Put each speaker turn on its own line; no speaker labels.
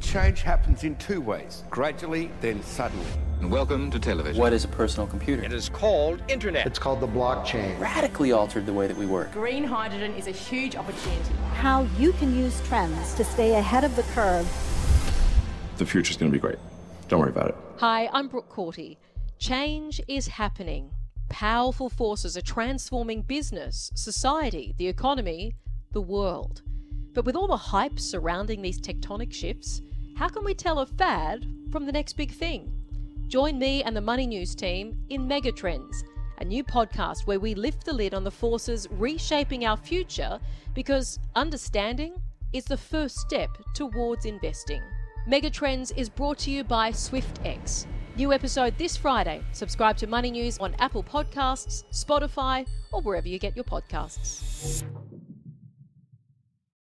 change happens in two ways gradually, then suddenly.
And welcome to television.
What is a personal computer?
It is called internet.
It's called the blockchain.
Radically altered the way that we work.
Green hydrogen is a huge opportunity.
How you can use trends to stay ahead of the curve.
The future's going to be great. Don't worry about it.
Hi, I'm Brooke Corty. Change is happening. Powerful forces are transforming business, society, the economy, the world. But with all the hype surrounding these tectonic shifts, how can we tell a fad from the next big thing? Join me and the Money News team in Megatrends, a new podcast where we lift the lid on the forces reshaping our future because understanding is the first step towards investing. Megatrends is brought to you by SwiftX. New episode this Friday. Subscribe to Money News on Apple Podcasts, Spotify, or wherever you get your podcasts.